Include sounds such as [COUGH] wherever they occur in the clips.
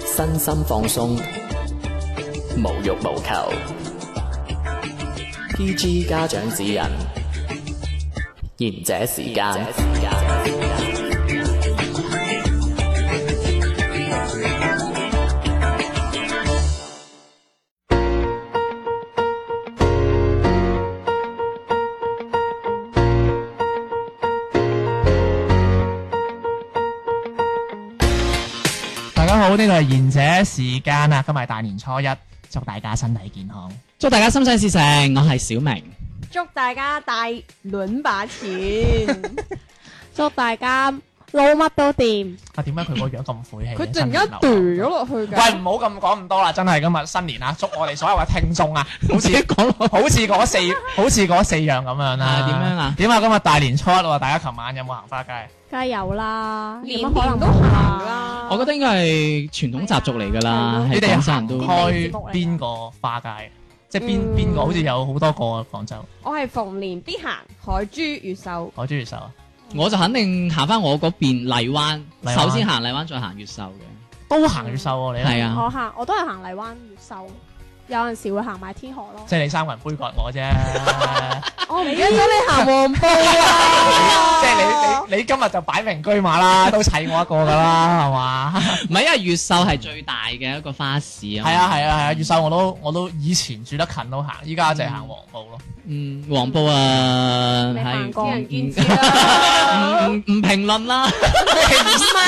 身心放鬆，無欲無求。PG 家長指引，賢者時間。大家好，呢度係賢者時間啊！今日係大年初一，祝大家身體健康。祝大家心想事成，我係小明。祝大家大輪把錢，祝大家撈乜都掂。啊，點解佢個樣咁晦氣嘅？啊佢突新然年間流掉咗落去㗎，喂，唔好咁講咁多啦，真係今日新年啊！祝我哋所有嘅聽眾啊，好似講落好似嗰四好似嗰四樣咁樣啦。啊點樣啊點啊？今日大年初一喎，大家琴晚有冇行花街？梗係有啦，年有乜可能年都冇行啊啦我覺得應該係傳統習俗嚟㗎啦，係你係哋廣州人行都開邊個花街？即係邊嗯邊個？好似有好多個啊！廣州，我係逢年必行海珠越秀，我中意手啊我就肯定行翻我嗰邊荔灣，荔灣首先行荔灣，再行越秀嘅。都行越秀喎，你係啊，我行我都係行荔灣越秀，有陣時會行埋天河咯。即係你三個人杯葛我啫。我唔記得咗你行黃埔即係哦啊！你你你今日就擺明車馬 [LAUGHS] 啦，都砌我一個噶啦，係嘛？唔係因為越秀係最大嘅一個花市啊。係啊係啊係啊，越秀我都我都以前住得近都行，依家就係行黃埔咯。嗯，黃埔啊，你行過係見仁見智唔啦唔唔評論啦。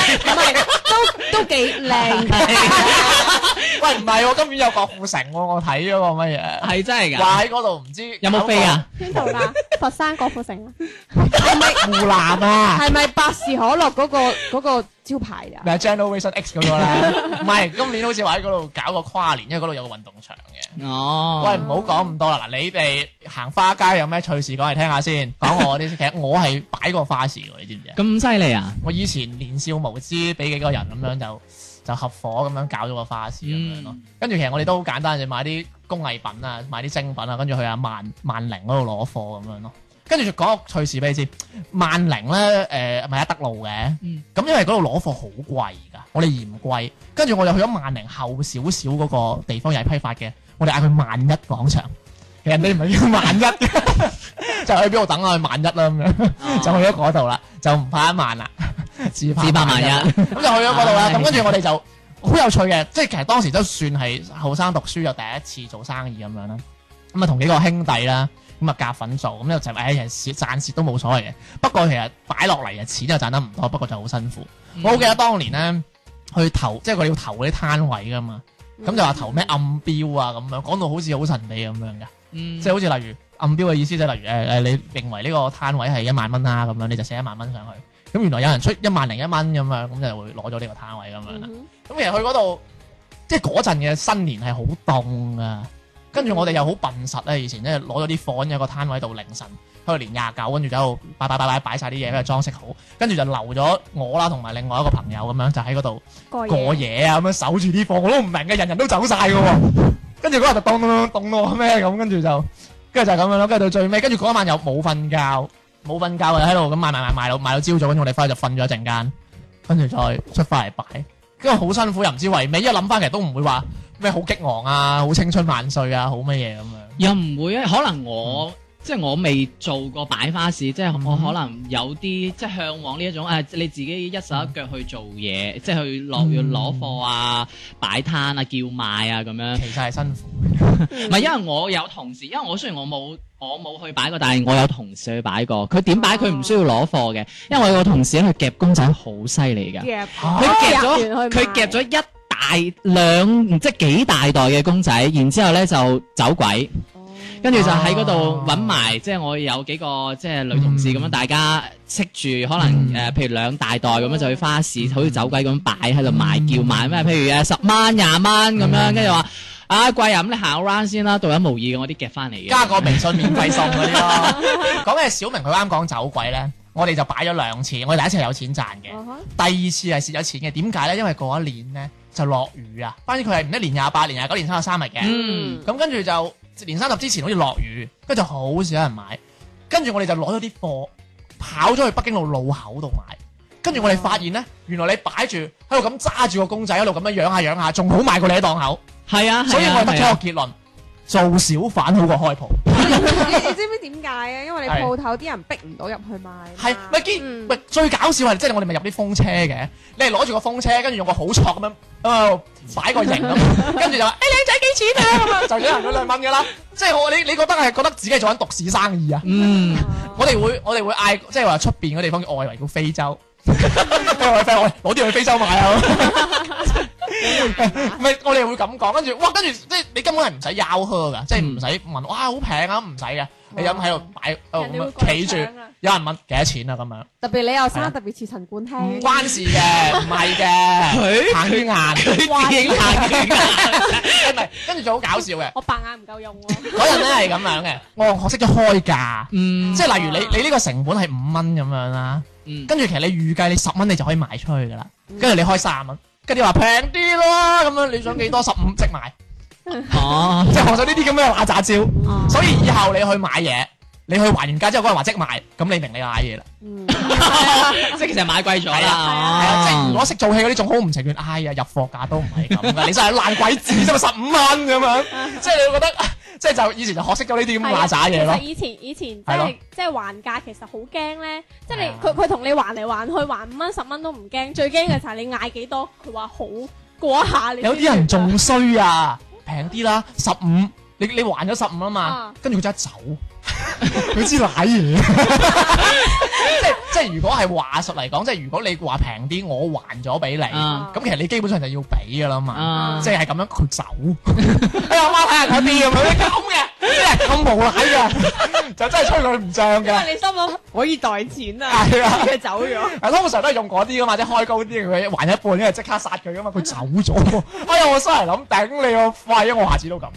[LAUGHS] 都都幾靚嘅，嗯 [LAUGHS] 喂，唔係喎，今年有郭富城喎，我睇咗個乜嘢？係真係㗎，話喺嗰度唔知有冇飛啊？邊度㗎？佛山郭富城啊，係咪湖南啊？係咪百事可樂嗰個嗰個招牌啊？咪 Generation X 嗰個咧？唔係，今年好似話喺嗰度搞個跨年，因為嗰度有個運動場嘅。喂，哦，唔好講咁多啦！嗱，你哋行花街有咩趣事講嚟聽下先。講我啲，其實我係擺過花市喎，你知唔知啊？咁犀利啊！我以前年少無知，俾幾個人咁樣就就合伙咁樣搞咗個花市咁樣咯嗯。跟住其實我哋都好簡單，就買啲工藝品啊，買啲精品啊，跟住去阿萬萬寧嗰度攞貨咁樣咯。跟住就講個趣事俾你知，萬寧咧誒咪一德路嘅，嗯咁因為嗰度攞貨好貴㗎，我哋嫌貴。跟住我就去咗萬寧後少少嗰個地方又係批發嘅，我哋嗌佢萬一廣場，其實人哋唔係叫 [LAUGHS] 萬一嘅， [LAUGHS] 就去邊度等啊？去萬一啦咁樣。哦就去咗嗰度啦，就唔怕一萬啦，只怕只百萬一， [LAUGHS] 咁就去咗嗰度啦。唉咁跟住我哋就好有趣嘅，即係其實當時都算係後生讀書又第一次做生意咁樣啦。咁啊同幾個兄弟啦，咁啊夾份做，咁又就唉其實賺蝕都冇所謂嘅。不過其實擺落嚟嘅錢又賺得唔多，不過就好辛苦。我好記得當年咧去投，即係佢哋要投嗰啲攤位噶嘛，咁就話投咩暗標啊咁樣，講到好似好神秘咁樣嘅。嗯即係好似例如暗標嘅意思，即係例如誒誒，你認為呢個攤位係一萬蚊啦，咁樣你就寫一萬蚊上去。咁原來有人出一萬零一蚊咁樣，咁就會攞咗呢個攤位咁樣啦。咁其實去嗰度，即係嗰陣嘅新年係好凍啊。跟住我哋又好笨實啊咧，以前咧攞咗啲貨喺個攤位度凌晨喺度連廿九，跟住就喺度擺擺擺擺擺曬啲嘢，喺度裝飾好，跟住就留咗我啦，同埋另外一個朋友咁樣就喺嗰度。過過夜啊，咁樣守住啲貨，我都唔明嘅，人人都走晒嘅喎。跟住嗰日就凍凍凍凍到我咩咁，跟住就跟住就係咁樣咯。跟住到最尾，跟住嗰晚又冇瞓覺，冇瞓覺就喺度咁買買買買到買到朝早，跟住我哋翻去就瞓咗一陣間，跟住再出翻嚟擺，跟住好辛苦又唔知為咩，因為諗翻其實都唔會話咩好激昂啊，好青春萬歲啊，好乜嘢咁樣。又唔會啊，可能我、即係我未做過擺花市，即係我嗯可能有啲即係向往呢一種啊，你自己一手一腳去做嘢，即係去落嗯要攞貨啊、擺攤啊、叫賣啊咁樣。其實係辛苦，唔係因為我有同事，因為我雖然我冇我冇去擺過，但係我有同事去擺過。佢點擺佢唔需要攞貨嘅，因為我有個同事咧，佢夾公仔好犀利㗎。夾佢夾咗哦夾完去賣佢夾咗一大兩唔知幾大袋嘅公仔，然之後咧就走鬼，跟住就啊喺嗰度揾埋，即係我有幾個即係女同事咁樣，嗯大家識住可能嗯誒，譬如兩大袋咁樣就去花市，好似走鬼咁擺喺度賣嗯叫賣咩，譬如誒十蚊廿蚊咁樣，跟住話啊貴啊，咁你行 round 先啦，獨一無二嘅我啲夾翻嚟嘅，加個微信免費送嗰啲咯。講起小明佢啱講走鬼咧，我哋就擺咗兩次，我哋第一次係有錢賺嘅。第二次係蝕咗錢嘅，點解咧？因為嗰一年咧就落雨啊，反正佢係唔一年廿八、年廿九、年三十三日嘅，咁、嗯跟住就年三十之前好似落雨，跟住就好少有人買，跟住我哋就攞咗啲貨跑咗去北京路路口度買，跟住我哋發現咧，原來你擺住喺度咁揸住個公仔喺度咁樣養下養下，仲好賣過你喺檔口。係啊，所以我得出係一個啊結論：做小販好過開鋪。你你知唔知點解啊？因為你係鋪頭啲人逼唔到入去買。係咪見？嗯咪最搞笑係即係我哋咪入啲風車嘅，你係攞住個風車，跟住用個好戳咁樣喺度擺個型咁，跟住就話：哎誒靚仔幾錢啊？咁樣就有人咗兩蚊㗎啦。即係我你你覺得係覺得自己係做緊獨市生意啊？嗯，我哋會我哋會嗌，即係話出邊嗰地方叫外圍叫非洲。 [LAUGHS] 跟住我哋 friend 話我攞啲去非洲買啊！ [LAUGHS] 唔係我哋會咁講，跟住哇，跟住即係你根本係唔使吆喝㗎，即係唔使問哇好平啊，唔使嘅，你咁喺度擺喺度咁樣啊企住，有人問幾多錢啊咁樣，特別你又生係啊得特別似陳冠希，唔關事 [LAUGHS] 嘅，唔係嘅，佢彭于晏，佢自己行 [LAUGHS] 係咪？跟住就好搞笑嘅，我白眼唔夠用喎。嗰陣咧係咁樣嘅，我學識咗開價。嗯，即係例如你你呢個成本係五蚊咁樣啦，嗯跟住其實你預計你十蚊你就可以賣出去噶啦，跟住你開三蚊，跟住你話平啲啦，咁樣你想幾多十五即賣，哦， [LAUGHS] 即係學咗呢啲咁嘅揦炸招，所以以後你去買嘢，你去還完價之後嗰人話即賣，咁你明你買嘢啦，即係其實買貴咗係係啊，啦，哦即係如果識做戲嗰啲仲好唔情願，哎呀入貨價都唔係咁噶，你真係爛鬼子啫嘛，十五蚊咁樣，即係你會覺得即係就以前就學識咗呢 [LAUGHS] 啲咁嘅揦炸嘢咯啊其實，以前以前即係咯係即係還價，其實好驚咧，即係係啊你佢佢同你還嚟還去，還五蚊十蚊都唔驚，最驚嘅就係你嗌幾多，佢話好嗰一下你先有啲人仲衰啊，平啲啦，十五，你你還咗十五啊嘛啊，跟住佢即刻走， [LAUGHS] 佢知賴嘢。即係即係，如果係話術嚟講，即係如果你話平啲，我還咗俾你，咁啊其實你基本上就要俾噶啦嘛，啊即係係咁樣佢走。哎呀，媽睇下佢啲咁樣 [LAUGHS] 咁嘅，即係咁無賴嘅，就真係吹佢唔漲因嘅。為你心諗可以袋錢啊，係啊，佢走咗。係通常都係用嗰啲噶嘛，即係開高啲，佢還一半，因為即刻殺佢噶嘛，佢走咗。哎呀，我心嚟諗頂你個肺，我下次都咁。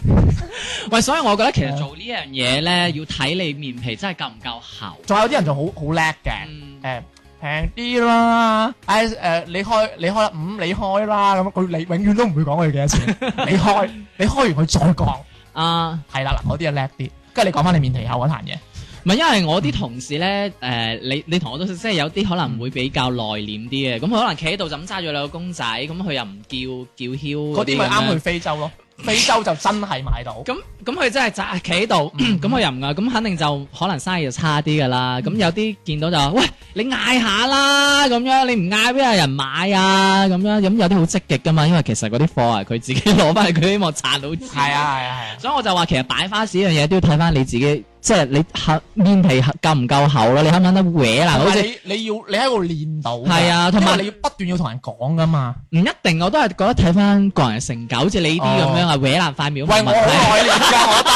喂，所以我覺得其啊實做呢樣嘢咧，要睇你面皮真係夠唔夠厚。仲有啲人就好好叻嘅，嗯，誒平啲啦，誒誒你開你開啦，五你開啦咁，佢你永遠都唔會講佢 [LAUGHS] 幾多錢，你開你開完佢再講，啊。係啦嗱，嗰啲啊叻啲，跟住你講翻你面皮厚嗰壇嘢，唔係，因為我啲同事咧，誒、你你同我都識即係有啲可能會比較內斂啲嘅，咁佢可能企喺度就咁揸住兩個公仔，咁佢又唔叫叫囂嗰啲咪咁樣啱去非洲咯，非洲就真係買到，咁咁佢真係扎企 [LAUGHS] 喺度，咁佢又唔嗌，咁肯定就可能生意就差啲噶嗯啦。咁有啲見到就話：喂，你嗌下啦，咁樣你唔嗌邊有人買啊？咁樣咁有啲好積極噶嘛，因為其實嗰啲貨啊，佢自己攞翻去，佢希望賺到錢。係啊係啊係啊，所以我就話其實擺花市呢樣嘢都要睇翻你自己，即係你厚面皮厚夠唔夠厚啦，你肯唔肯得搲啦？好同埋似你你要你喺度練到㗎，係啊同埋因為你要不斷要同人講噶嘛。唔一定，我都係覺得睇翻個人性格，好似你呢啲咁樣啊，搲爛塊面喂，都我冇好問題，愛你㗎，我都 [LAUGHS]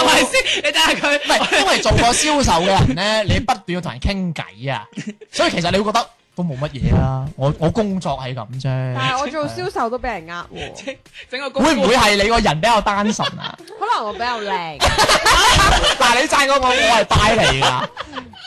係咪先？你睇下佢，唔 [LAUGHS] 係，因為做過銷售嘅人咧，你不斷要同人傾偈啊，所以其實你會覺得都冇乜嘢啦。我我工作係咁但啫，係我做銷售都俾人呃喎，整個公會唔會係你個人比較單純啊？可能我比較靚，嗱，你讚我，我我係拜你㗎。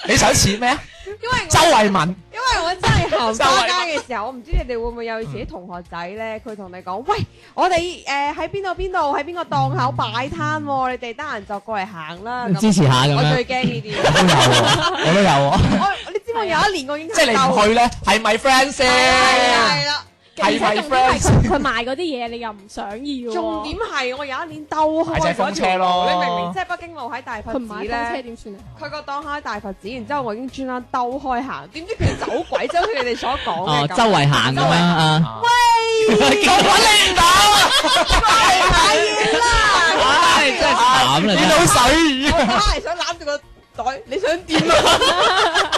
你想似咩啊？因為周慧敏因為我真係行花街嘅時候，我唔知你哋會唔會有以前啲同學仔嗯咧，佢同你講：喂，我哋誒喺邊度邊度喺邊個檔口擺攤喎，你哋得閒就過嚟行啦。咁支持下咁我樣？最驚呢啲。 [LAUGHS] 都有喎，我都有喎。我你知唔知我有一年我已經即係你唔夠去咧，係咪 friend 先？係啊係啦，係而咪且重點係 friends？佢佢賣嗰啲嘢，你又唔想要喎。重點係我有一年兜開買隻咗風車條咯路，你明唔明？即係北京路喺大佛佢唔買寺風車咧，[LAUGHS] 點算啊？佢個檔口喺大佛寺，然之後我已經專登兜開行，點知佢走鬼，即係好似你哋所哦，講嘅周咁。圍行咁樣啊，啊我揾你唔到啊！ [LAUGHS] 哎唉，真係慘啦你真係！到水魚我梗係想攬住個袋，你想點啊？ [LAUGHS]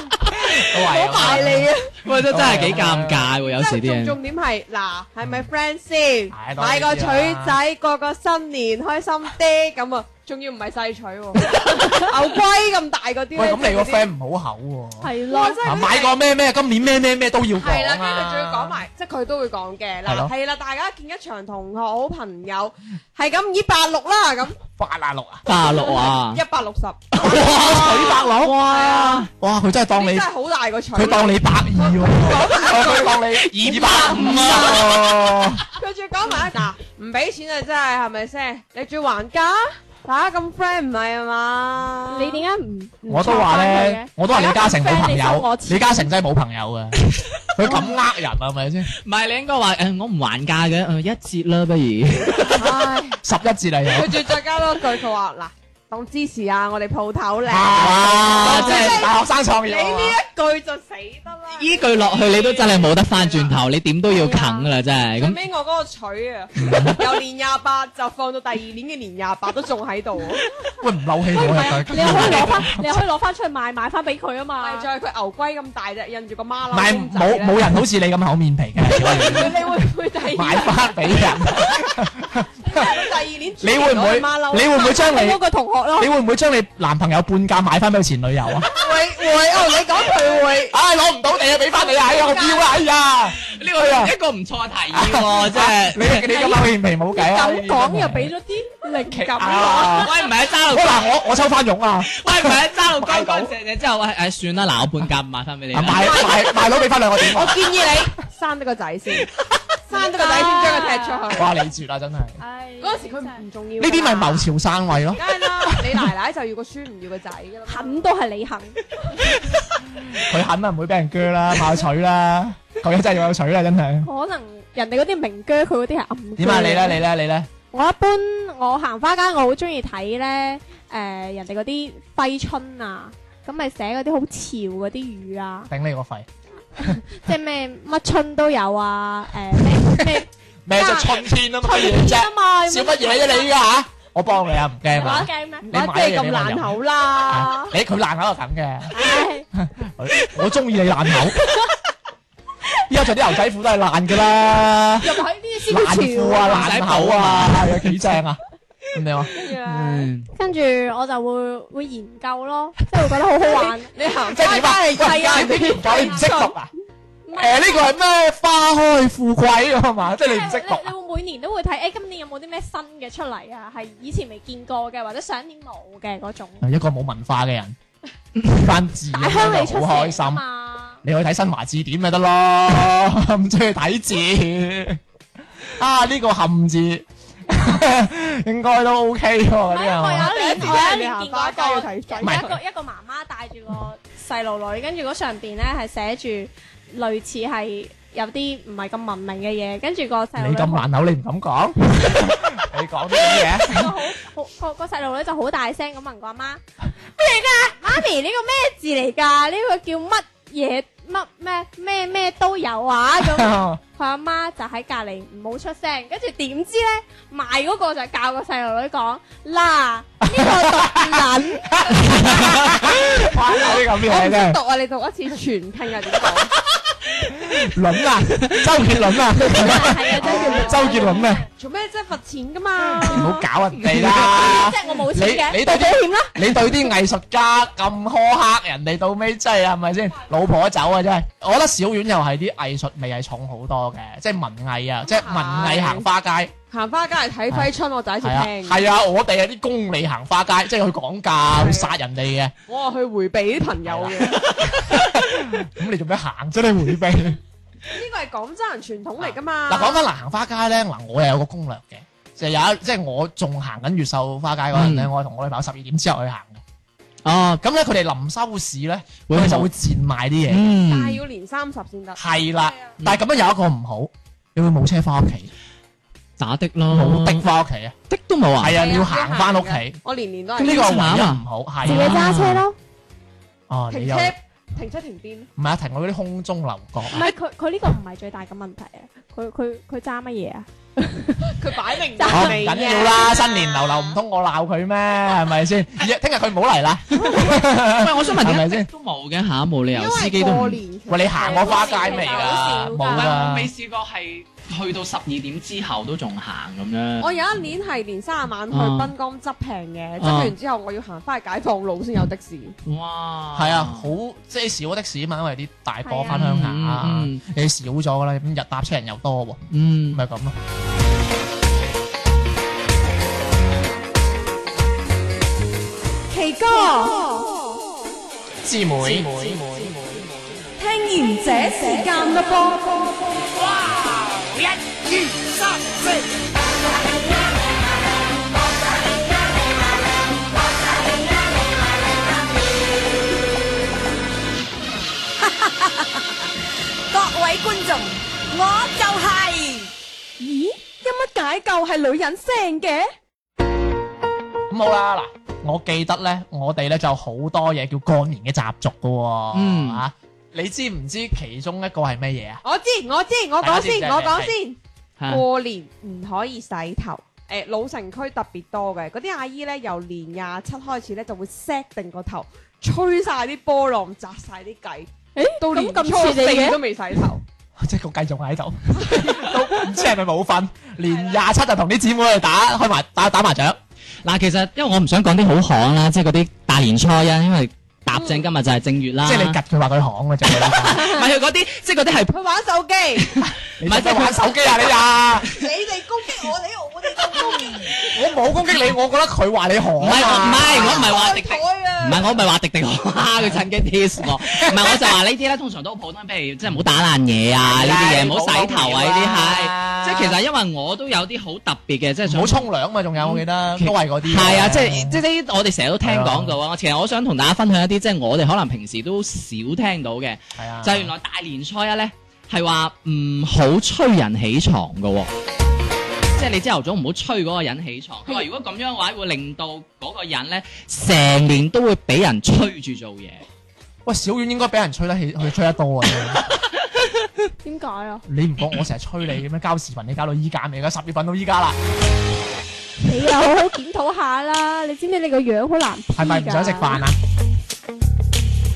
啊！我埋你啊！喂，都真係幾尷尬喎，有時啲重人。重點係嗱，嗯係咪 friend 先？係買個取仔，個個新年開心啲咁啊！ [LAUGHS] 仲要唔係細取 [LAUGHS] 喎，牛龜咁大嗰啲咧。喂，咁你個嗰啲 friend 唔好口喎。係哇咯真，啊！係佢哋買過咩咩，今年咩咩咩都要講係啦，跟住啊仲要講。埋，即係佢都會講嘅係咯嗱，係啦，大家見一場同學好朋友，係咁以八六啦咁，八啊六啊！八六啊！一百六十，哇！取百六！哇！哇！佢真係當真你係，好大個取，佢當你百二喎，佢當你二百五啊！佢仲要講埋嗱，唔俾錢啊，真係係咪先？你仲要還價？大家咁 friend 唔係啊嘛？你點解唔？唔我都話錯咧返，我都話李嘉誠冇朋大家咁 friend，你收友我，錢李嘉誠真係冇朋友嘅，佢咁呃人係咪先？ [LAUGHS] 唔係你應該話誒，我唔還價嘅，誒一折啦，不如唉，十一字嚟有佢，仲再加多句，佢話嗱，當支持下我哋鋪頭靚。啊，即係大學生創你業呢啊一句就死得啦！依句落去你都真係冇得翻轉頭，你點都要啃噶啦，真係最咁。尾我嗰個取啊，由年廿八就放到第二年嘅年廿八都仲喺度喎，喂唔漏氣我唔係啊入你 [LAUGHS] 可去以攞翻，你可以攞翻出去賣，賣翻俾佢啊嘛係。再佢牛龜咁大隻，印住個馬唔騮係公仔冇咧冇人好似你咁厚面皮 [LAUGHS] 嘅，你會唔會第二買花俾人。第二年你會唔會轉咗馬騮啊你會唔會將你嗰個同學咯？你會唔會將你男朋友半價買翻俾佢前女友啊？會會哦，你講佢會唉，攞唔到地啊，俾翻你啊！哎呀，我要啊！哎呀，呢個係啊一個唔錯嘅提議 [LAUGHS] 喎，真係。 [LAUGHS] 你你咁厚面皮冇計啊！咁講又俾咗啲靈 À. 感我。啊！喂，唔係喺揸我路，嗱，我我抽翻傭啊！喂， [LAUGHS] 唔係喺揸路乾買到乾淨淨之後，喂，誒算啦，嗱，我半價買翻俾你啊啦。賣賣賣佬俾翻兩個點啊我我？建議你生得個仔 [LAUGHS] 先，生得個仔先將佢踢出去。哇！你絕啊啦，真係呢唉嗰陣時佢唔重要㗎啦。啲咪謀朝生位咯。梗係啦，你奶奶就要個孫唔要個仔㗎啦。肯都係你肯，佢肯啊，唔會俾人鋸啦，買取啦，佢真係要有取啦，真係。可能人哋嗰啲明鋸，佢嗰啲係暗鋸。點啊？你咧？你咧？你咧？我一般我行花街，我好中意睇咧誒人哋嗰啲揮春啊，咁咪寫嗰啲好潮嗰啲語啊，頂你個肺！即係咩乜春都有啊，誒咩 [LAUGHS] 咩咩啫？春天啊嘛，乜嘢春啫啊？嘛，笑乜嘢啫？你依家嚇？我幫你啊，唔驚玩啊！ game 咩？你買即係嘢咁俾我爛飲口啦。 [LAUGHS] 你佢爛口就咁嘅。唉，我中意你爛口。依家着啲牛仔褲都係爛噶啦，入喺呢啲先爛叫褲潮啊，爛口啊，有幾正啊？咁你話，嗯啊跟住我就會會研究咯，即係會覺得好好玩。你行即係點啊？係啊，你研究你唔識讀啊？唔係誒，呢個係咩花開富貴啊嘛？即係 [LAUGHS] 你你唔識讀你啊？會每年都會睇，誒今年有冇啲咩新嘅出嚟啊？係以前未見過嘅，或者上年冇嘅嗰種。一個冇文化嘅 [LAUGHS] 人，翻字大鄉里出好開城啊心。嘛，你去睇新華字典咪得咯， [LAUGHS] 唔中意睇字。 [LAUGHS] 啊，呢個冚字 [LAUGHS] 應該都 OK 喎，唔嗰啲係啊係我嘛？有一年第一次我有真一係年行見過花一街個要睇仔有一個一個媽媽帶住個細路女，跟住嗰上邊咧係寫住類似係有啲唔係咁文明嘅嘢，跟住個細路你女咁好爛口，你唔敢講？ [LAUGHS] 你講啲咁 [LAUGHS] 嘢？好好個個細路女就好大聲咁問個阿媽咩嚟㗎？媽咪呢個咩字嚟㗎？呢個叫乜嘢乜咩咩咩都有啊咁。佢阿媽就喺隔離唔好出聲，跟住點知咧賣嗰個就教個細路女講 [LAUGHS] 嗱呢個讀撚， [LAUGHS] 哇！呢啲咁我唔嘢識真係讀啊！你讀一次全拼啊？點講？輪啊，周杰倫 [LAUGHS] 啊，係啊 [LAUGHS] 周杰倫啊，做咩啫？罰錢㗎嘛！唔好搞人哋真啦！係我冇你錢嘅，你對啲你對啲藝術家咁苛刻，人哋到尾真係係咪先老婆走啊！真係，我覺得小院又係啲藝術味係重好多嘅，即係文藝啊，即係文藝行花街。行花街嚟睇揮春，我第一次係啊，聽。係啊，我哋係啲公理行花街，即係去講價、去殺人哋嘅。我係去迴避啲朋友嘅。啊呢咁你做咩行啫？你迴避？個係廣州人傳統嚟㗎嘛。嗱，講翻嗱行花街咧，嗱我又有個攻略嘅，就有一即係我仲行緊越秀花街嗰陣咧，嗯我係同我女朋友十二點之後去行嘅。哦，咁咧佢哋臨收市咧，會佢哋就好會賤賣啲 Ừ. 嘢。但係嗯，要年三十先得。係啦係啊，但係咁樣有一個唔好，你會冇車翻屋企，打的咯，冇的翻屋企啊，的都冇啊。係啊，你係要啊行翻屋企。。我年年都係呢呢個個係唯一唔好，自己係啊，揸車咯。啊哦，你停又車停車停邊？唔係啊，停到嗰啲空中樓閣啊唔係佢佢呢個唔係最大嘅問題啊！佢佢佢揸乜嘢啊？佢擺明就好係啊唔你緊嘅要啦，新年流流唔通我鬧佢咩？係咪先？聽日佢唔好嚟啦。喂，我想問係咪點解先的都冇嘅嚇？冇理由司因為機都唔過。年啊喂，你行過花街未好㗎？冇少㗎喂，我啦未。試過係去到十二點之後都仲行咁樣。我有一年係年卅晚去啊濱江執平嘅，執啊完之後我要行翻去解放路先有的士。哇，係啊，好即係少的士嘛，因為啲大哥翻鄉下係啊啊嗯，你少咗㗎啦，咁日搭車人又多喎，咁嗯，咪咁咯。奇哥，姊妹，聽完這時間啦噃。 Hãy subscribe cho kênh Ghiền Mì Gõ Để không bỏ lỡ 我就係咦，有乜解救係女人聲嘅？咁好啦，嗱，我記得咧，我哋咧就好多嘢叫過年嘅習俗噶喎。嗯啊，你知唔知其中一個係咩嘢啊？我知我知，我講大先，家我知講先。嚇過年唔可以洗頭。誒、老城區特別多嘅，嗰啲阿姨咧由年廿七開始咧就會 set 定個頭，吹晒啲波浪，紮晒啲髻，到年咁初似你嘅四都未洗頭。 [LAUGHS] 即係個繼續喺 [LAUGHS] 度，都唔知係咪啊冇瞓，年廿七就同啲姊妹去打開麻打打麻雀。嗱，其實因為我唔想講啲好行啦，即係嗰啲大年初一，因為搭嗯正今日就係正月啦。即係你，吉佢話佢行嘅啫， [LAUGHS] 唔係佢嗰啲，即係嗰啲係佢玩手 [LAUGHS] 機，你咪即係玩手機啊你啊！你哋攻擊我，你我哋都攻擊 [LAUGHS] 我冇攻擊你，我覺得佢話你行唔係我唔啊。係我唔係話迪迪，台唔啊！係我唔係話迪迪好蝦佢趁機 diss 我，唔係我就話呢啲咧，通常都好普通，譬如即係唔好打爛嘢啊，呢啲嘢唔好洗頭啊，呢啲係。即係其實因為我都有啲好特別嘅，即係唔想好沖涼嘛，仲有我記得都嗯係嗰啲。係啊，即係即係呢啲我哋成日都聽講到啊。我其實我想同大家分享一啲，即係我哋可能平時都少聽到嘅，係啊，就係原來大年初一咧係話唔好催人起床嘅喎。即係你朝頭早唔好催嗰個人起床。佢話如果咁樣嘅話，會令到嗰個人咧成年都會俾人催住做嘢。喂小丸應該俾人吹得起，佢吹得多啊！真係點解啊？你唔講我成日催你嘅咩？交視頻你交到依家未？而家十月份到依家啦，你又好好檢討下啦！你知唔知你個樣好難 P 㗎係咪唔想食飯啊？？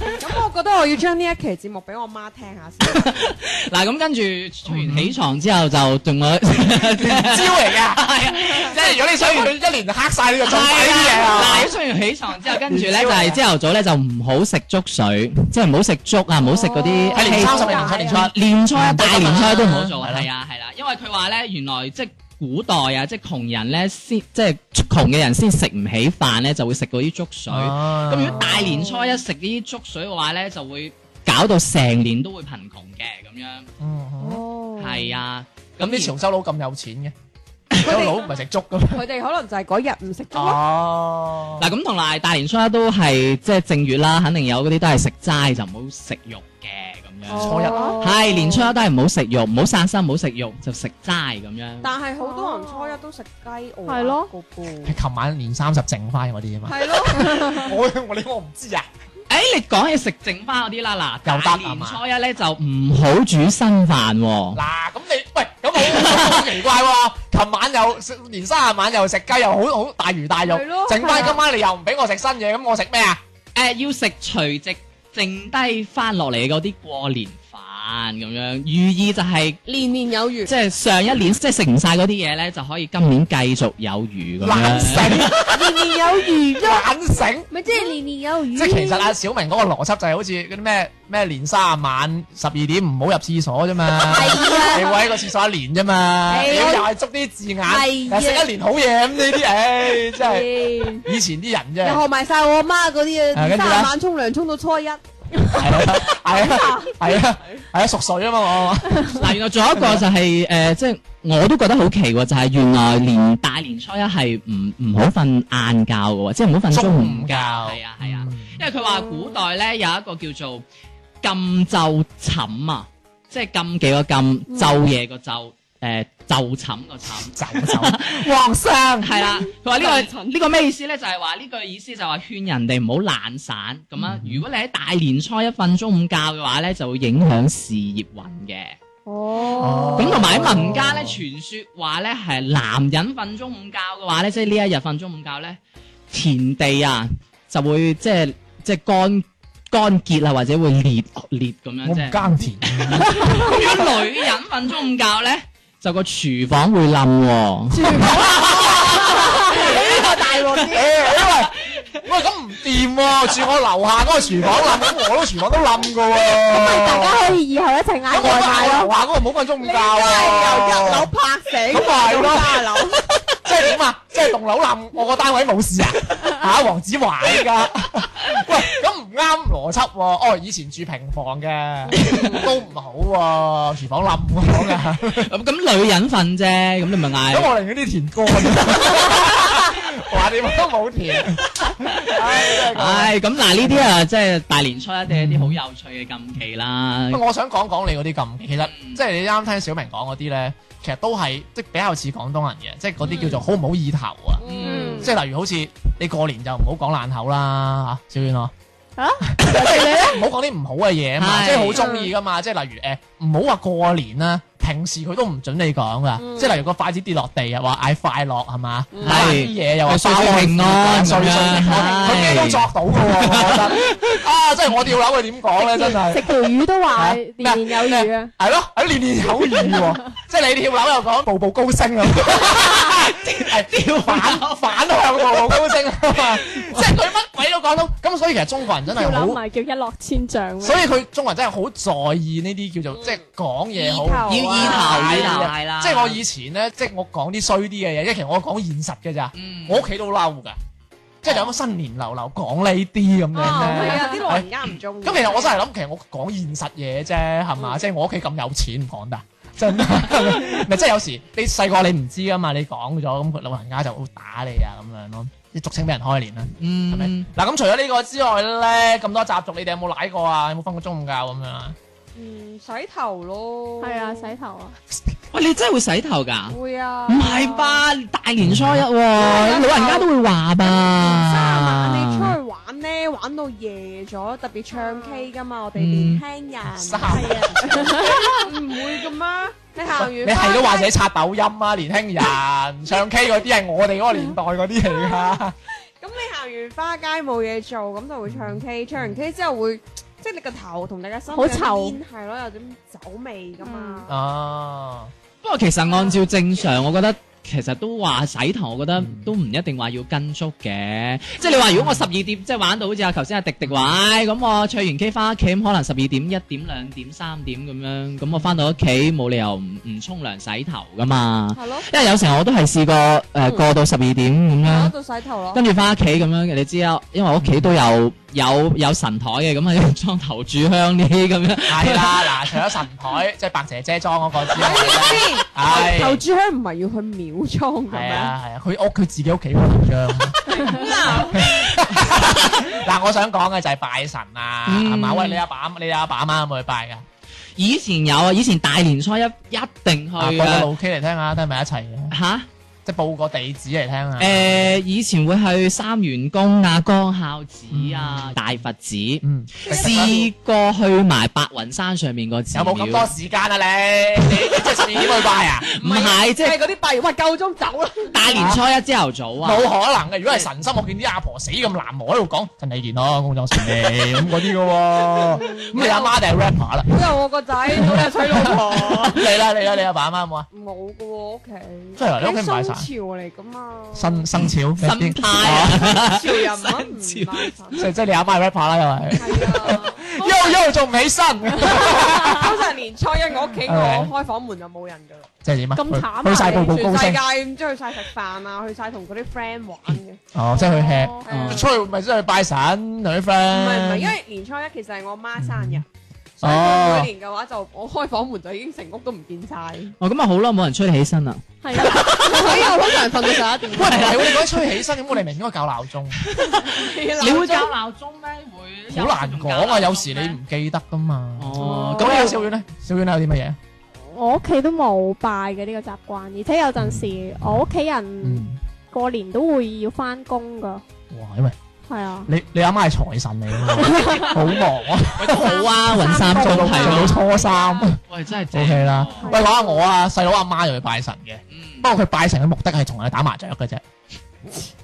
咁我覺得我要將呢一期節目俾我媽聽下 [LAUGHS] 先。嗱咁跟住催完起床之後就仲我招嚟嘅，係啊。即係如果你想佢一年黑晒你就做埋呢啲嘢嗱，啊！你吹完起床之後，跟住唔咧知就喎係朝頭早咧就唔好食粥水，即係唔好食粥啊，唔好食嗰啲。係年三十定年初年初一？年初一、大年初一都唔好做，係啦係啊係啦，因為佢話咧，原來即係古代啊，即係窮人咧先，即係窮嘅人先食唔起飯咧，就會食嗰啲粥水。咁咁如果大年初一食呢啲粥水嘅話咧，就會搞到成年都會貧窮嘅咁樣。哦係啊，咁啲潮州佬咁有錢嘅，潮州佬唔係食粥嘅咩？佢哋可能就係嗰日唔食粥咯。哦，嗱咁同埋大年初一都係即係正月啦，肯定有嗰啲都係食齋就唔好食肉嘅咁樣。初一哦係年初一都係唔好食肉，唔好殺生，唔好食肉，就食齋咁樣。但係好多人初一都食雞鵝係咯個係噃，琴晚年三十剩翻嗰啲 [LAUGHS] 啊嘛。係咯， [LAUGHS] 我我你我唔知啊。誒，你講起食剩翻嗰啲啦，又嗱，得大係年嘛初一咧就唔好煮新飯嗱，喎。咁你喂咁好好奇怪喎！琴晚又食年三十晚又食雞，又好好大魚大肉係咯，剩係翻啊今晚你又唔俾我食新嘢，咁我食咩啊？誒，要食除夕剩低翻落嚟嗰啲過年飯咁樣，寓意就係年年有餘。即係上一年即係食唔晒嗰啲嘢咧，就可以今年繼續有餘咁懶樣。醒，年年有餘啫，懶醒。咪即係年年有 [LAUGHS] 餘。即係其實阿小明嗰個邏輯就係好似嗰啲咩咩年三十晚十二點唔好入廁所啫嘛， [LAUGHS] 你會喺個廁所一年啫嘛，你啊係啊又係捉啲字眼，係啊又食一年好嘢咁呢啲， [LAUGHS] 唉真係係啊以前啲 [LAUGHS] 人又啫，學埋晒我媽嗰啲啊啊，跟住咧三十晚沖涼沖到初一，係啊 [LAUGHS] 係啊係啊係啊熟水啊嘛我，嗱，原來仲有一個就係、誒、呃即係我都覺得好奇喎，就係、原來連大年初一係唔唔好瞓晏覺嘅喎，即係唔好瞓中午覺。係啊係啊，因為佢話古代咧有一個叫做禁晝寢啊，即係禁幾個禁，晝夜個晝，誒晝寢個寢。走走，皇上嗯係啦，佢話呢 [LAUGHS] 個呢個咩意思咧？就係話呢句意思就係話勸人哋唔好懶散咁啊！如果你喺大年初一瞓中午覺嘅話咧，就會影響事業運嘅。哦咁同埋喺民間咧，傳說話咧係男人瞓中午覺嘅話咧，即係呢一日瞓中午覺咧，田地啊就會即係即係乾乾結啊，或者會裂裂咁樣我啫唔。耕 [LAUGHS] 田，咁如果女人瞓中午覺咧，就個廚房會冧喎。唉喂喂咁唔掂喎，住我樓下嗰個廚房冧，咁我嗰個廚房都冧噶喎。大家可以以後一齊嗌咁外啊我賣話咯。話嗰個冇瞓中午覺真係由入喎樓，拍醒，咁咪係咯下樓。即係點啊？ [LAUGHS] 即係棟樓冧，我個單位冇事啊？嚇，黃子華依家， [LAUGHS] 喂，咁唔啱邏輯喎。哦，以前住平房嘅都唔好喎，廚房冧我講嘅。咁咁女人瞓啫，咁你咪嗌咁。我寧願啲田乾。話你都冇填，唉，真係講唉，咁嗱呢啲啊，即係大年初一嘅一啲好有趣嘅禁忌啦。我想講講你嗰啲禁忌，其實嗯即係你啱聽小明講嗰啲咧，其實都係即係比較似廣東人嘅，即係嗰啲叫做好唔好意頭啊。嗯即係例如好似你過年就唔好講爛口啦嚇，小遠啊，啊 [LAUGHS] 唔好講啲唔好嘅嘢啊嘛，係即係好中意噶嘛，即係例如誒唔好話過年啦，平時佢都唔準你講噶，嗯即係例如個筷子跌落地啊，話嗌快樂係嘛，嗯打啲嘢又話歲歲平安歲歲平啊安，係佢咩都作到嘅喎，我覺得啊，即係我吊樓佢點講咧，真係食。條魚都話年年有餘啊！係咯，喺年年有餘喎，即係你跳樓又講步步高升 [LAUGHS] 咁，係反反向步步高升啊嘛，即係佢乜鬼都講到，咁所以其實中國人真係跳樓唔好，係叫一落千丈咩？所以佢中國人真係好在意呢啲叫做即係講嘢好。要意頭意頭係啦。即係我以前咧，即係我講啲衰啲嘅嘢，因為其實我講現實嘅咋，嗯我屋企都嬲㗎，即係有乜新年流流講呢啲咁哦樣咧。係啊，啲老人家唔中意。咁其實我真係諗，其實我講現實嘢啫，係嘛？即係我屋企咁有錢，唔講得。真係咪即係有時你細個你唔知噶嘛，你講咗咁佢老人家就會打你啊咁樣咯，即係俗稱俾人開年啦，係咪嗯，？嗱咁除咗呢個之外咧，咁多習俗你哋有冇舐過啊？有冇瞓過中午覺咁樣啊？嗯，洗頭咯。係啊，洗頭啊，喂，你真係會洗頭㗎？會啊。唔係吧？大年初一喎，嗯老人家都會話啊吧？三晚你出去玩呢，玩到夜咗，特別唱 K 㗎嘛，我哋嗯。年輕人。三唔會㗎嘛？你行完你返係都話自己刷抖音啊，年輕人唱 K 嗰啲係我哋嗰個年代嗰啲嚟㗎。咁你行完花街冇嘢做，咁就會唱 K，唱完 K 之後會，即係你個頭同你個身好臭有啲煙係咯，有啲酒味啊噶嘛。哦，不過其實按照正常，我覺得其實都話洗頭，我覺得嗯都唔一定話要跟足嘅。即係你話如果我十二點即係玩到好似阿頭先阿迪迪話，唉咁我唱完 K 翻屋企，咁可能十二點、一點、兩點、三點咁樣，咁我翻到屋企冇理由唔唔沖涼洗頭噶嘛。係咯，因為有時候我都係試過誒、呃、嗯過到十二點咁樣喺。度洗頭咯。跟住翻屋企咁樣，你知啦，因為我屋企都嗯有有有神台嘅，咁啊用裝頭柱香呢啲咁樣， [LAUGHS] 係啦，嗱，除咗神台即係白姐姐裝嗰個之外呢，係頭柱香唔係要去廟裝嘅係咩？啊係啊，佢屋佢自己屋企嗰個張。 [LAUGHS] 嗱，我想講嘅就係拜神啊，嗯係嘛？喂，你阿爸你阿爸阿媽有冇去拜噶？以前有啊，以前大年初一一定去啊，報個啊嘅路 K 嚟聽下，睇係咪一齊嘅？嚇。即係報個地址嚟聽下。誒、以前會去三元宮啊、江孝寺啊、嗯大佛寺，嗯，試過去埋白雲山上面個寺有冇廟咁多時間啊你？你即係四點去 [LAUGHS] 拜啊？唔係，即即係係嗰啲八月，喂夠鐘走啦。大年初一朝頭早冇啊。可能嘅，如果係神心，我見啲阿婆死咁難磨喺度講身體健康、工作順利咁嗰啲嘅喎。咁你阿媽就係 rapper [LAUGHS] 啦。都有我個仔，都有娶老 [LAUGHS] 婆。你啦你啦，你阿爸阿媽有冇啊？冇噶喎屋企，真係啊你屋企唔買晒喺新潮嚟噶嘛？生生肖心 [LAUGHS] 態啊，潮人物唔買晒。即係即係你阿媽係 rapper 啦，又係。係啊，又又仲未身，通常年初一我屋企我開房門就冇人噶啦。即係點啊？咁慘啊去晒步步全高世升界，咁即係去晒食飯啊，去晒同嗰啲 friend 玩嘅。哦，即係去吃，係啊嗯出去咪即係去拜神同啲 friend。唔係唔係，因為年初一其實係我媽生日，所以哦佢每年嘅話就我開房門就已經成屋都唔見晒。哦咁啊好啦，冇人吹你起身啦。係啊，所以我通常瞓到十一喂，唔係喎，你講吹起身，咁我哋咪應該教鬧鐘，點。你會教鬧鐘咩？會好難講啊！有時你唔記得噶嘛。哦，咁咁你有小遠咧，小遠有啲乜嘢？我屋企都冇拜嘅呢個習慣，而且有陣時我屋企人嗯，過年都會要翻工噶，哇，因為係啊，你你阿媽係財神嚟 [LAUGHS] 㗎嘛，好忙啊，都好啊，揾三做到鐘係啊做到咯。初三。喂，真係啊 OK 啦正喎喂，講下我啊，細佬阿媽又去拜神嘅。嗯不過佢拜神嘅目的係同人哋打麻雀嘅啫，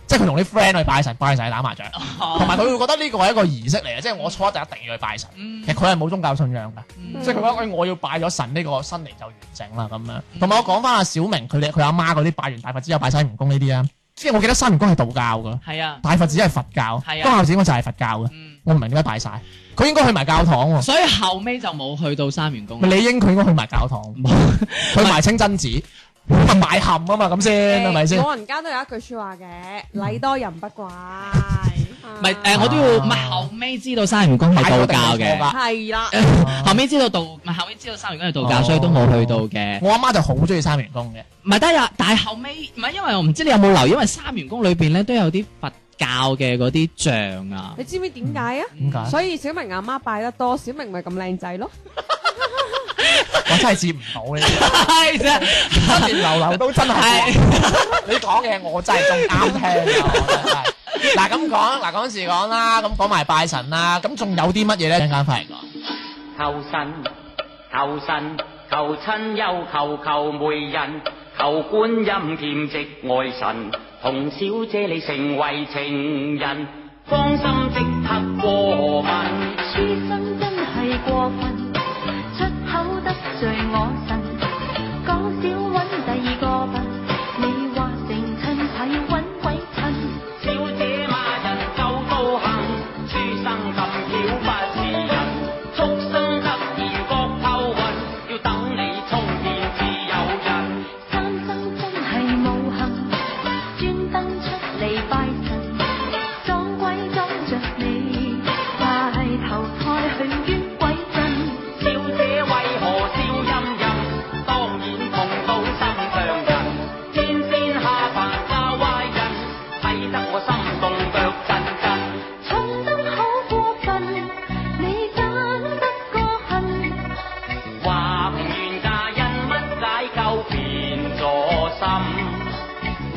即係佢同啲 friend 去拜神，拜神係打麻雀，哦同埋佢會覺得呢個係一個儀式嚟嘅，即係我初一就一定要去拜神。嗯其實佢係冇宗教信仰㗎，嗯即係佢覺得哎我要拜咗神呢個新年就完整啦咁嗯樣。同埋我講翻阿小明佢哋佢阿媽嗰啲拜完大佛之後拜西元宮呢啲啊，即係我記得西元宮係道教㗎，係啊，大佛寺係佛教，係啊江孝寺我就係佛教嘅，嗯，我唔明點解拜晒，佢應該去埋教堂喎。所以後尾就冇去到三元宮咪。理應佢應該去埋教堂，去埋清真寺，啊咁咪拜冚啊嘛，咁先係咪先？老人家都有一句説話嘅，禮多人不怪。唔係誒，我都要啊唔係後尾知道生日公係道教嘅。係啦，後尾知道道，唔係後尾知道三元宮係道教，啊哦所以都冇去到嘅。我阿媽就好中意三元宮嘅，唔係，但係但係後尾唔係，因為我唔知你有冇留意，因為三元宮裏邊咧都有啲佛教嘅嗰啲像啊。 [LAUGHS] 你知唔知點解啊？點解？所以小明阿媽拜得多，小明咪咁靚仔咯。我真係接唔到你，係啫，真連流流都真係係。你講嘅我真係仲啱聽啊我真係嗱咁講，嗱嗰陣時講啦，咁講埋拜神啦，咁仲有啲乜嘢咧？陣間翻嚟講。求神、求神、求親又求求媒人，求觀音劍直愛神，同小姐你成為情人，芳心即刻過問。痴心真係過分，出口得罪我神，講少揾第二個笨，你話成親係揾鬼襯，小姐罵人就道行，書生咁巧不是人，畜生得意覺偷運，要等你充電至有人。三生真係無幸，專登出嚟拜神，撞鬼裝着你，大頭胎去冤鬼陣。小姐為何笑吟吟？當然碰到心上人，天仙下凡嫁壞人，睇得我心動腳震震。重得好過分，你揀得過恨。話唔願嫁因乜解救變咗心？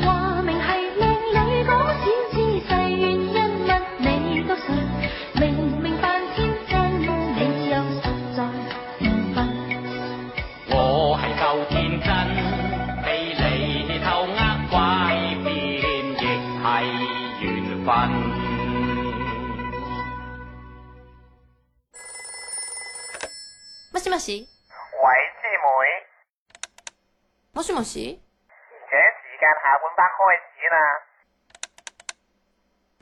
話明係靚女講錢之世怨恩物你都信，明明扮天真，你又實在唔笨。我係夠天真，被你偷呃拐騙，亦係緣分。もしもし喂，師妹，もしもし而且時間下半 part 開始啦，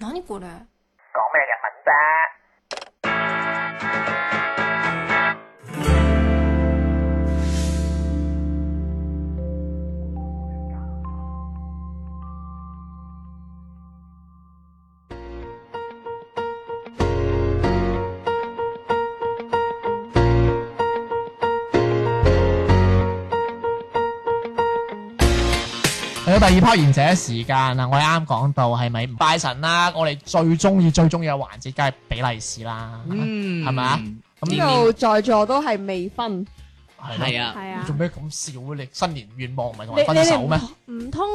何これ講咩日文啫？嚟到第二 part 賢者時間啦，我哋啱講到係咪拜神啦？我哋最中意最中意嘅環節，梗係俾利是啦，嗯，係咪啊？咁呢度在座都係未婚，咯係啊，係啊做。咩咁笑啊？你新年願望唔係同你人分手咩？你哋唔唔通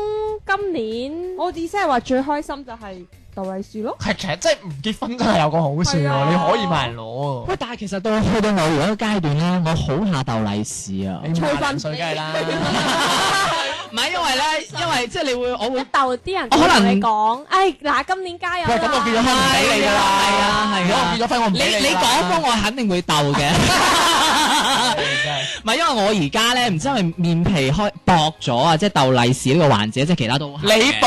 今年我意思係話最開心就係杜丽樹咯。係其實真係唔結婚真係有個好處係喎，啊你可以問人攞喎。喂，但係其實到去到我而家嘅階段咧，我好下鬥利是啊！你催廿婚零歲梗係啦， [LAUGHS] 唔係因為咧，因為即係你會，我一會逗啲人我可能同你講，唉嗱，今年加油喂咁我結咗婚唔俾你㗎啦，係啊係啊如果我結咗婚我唔 [LAUGHS] 你俾你㗎啦講封我肯定會鬥嘅。 [LAUGHS] 真係 [LAUGHS] 唔係因為我而家咧，唔知係咪面皮開薄咗啊，即係鬥利是呢個環節，即係其他都你綁。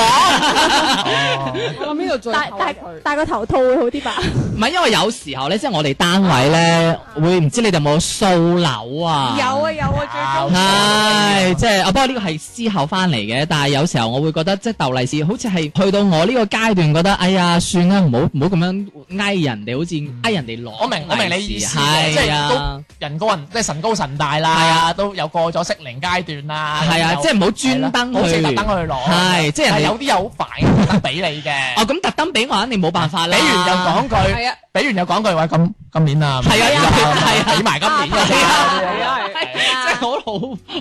我諗呢度最戴後戴佢。戴個頭套會好啲吧？ [LAUGHS] 唔係因為有時候咧，即係我哋單位咧會唔知你哋有冇掃樓啊？有啊有啊，最係即係啊！不過呢個係之後翻嚟嘅，但係有時候我會覺得即係鬥利是，好似係去到我呢個階段，覺得哎呀算啦，唔好唔好咁樣嗌人哋，好似嗌人哋攞。嗯我明我明你意思喎，即係係啊都，人高人即係神高神大啦，係啊都有過咗適齡階段啦，係啊，咁即就係唔好專登好似去特聯登去攞，係即係人但哋有啲又好煩，特登俾你嘅， [LAUGHS] 哦，咁特登俾我肯定冇辦法俾 [LAUGHS] 啦。完又講句，係啊俾完又講句話咁今年啊，係啊唔俾啦係啊俾埋今年嘅係啊最係啊係啊即係我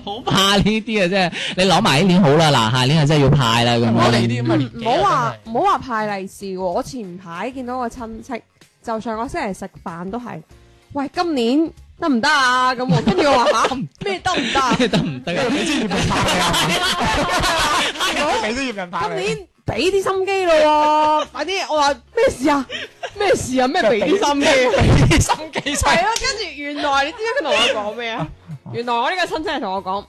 好好怕呢啲啊！即係你攞埋呢年好啦，嗱下年啊真係要派啦咁樣。我哋呢啲咁嘅年唔紀啊好話唔好話派利是喎！我前排見到個親戚，就上個星期食飯都係，喂，今年得唔得啊？咁我跟住 [LAUGHS] 我話吓咩得唔得啊？得唔得真啊？係你俾專業人拍你啊，俾專業人拍今你。年俾啲心機咯 [LAUGHS] 喎，快啲！我話咩事啊？咩事 [LAUGHS] 啊？咩俾啲心機？俾啲心機係晒，咯，跟住原來你知唔知佢同我講咩 [LAUGHS] 啊？原來我呢個親戚係同我講，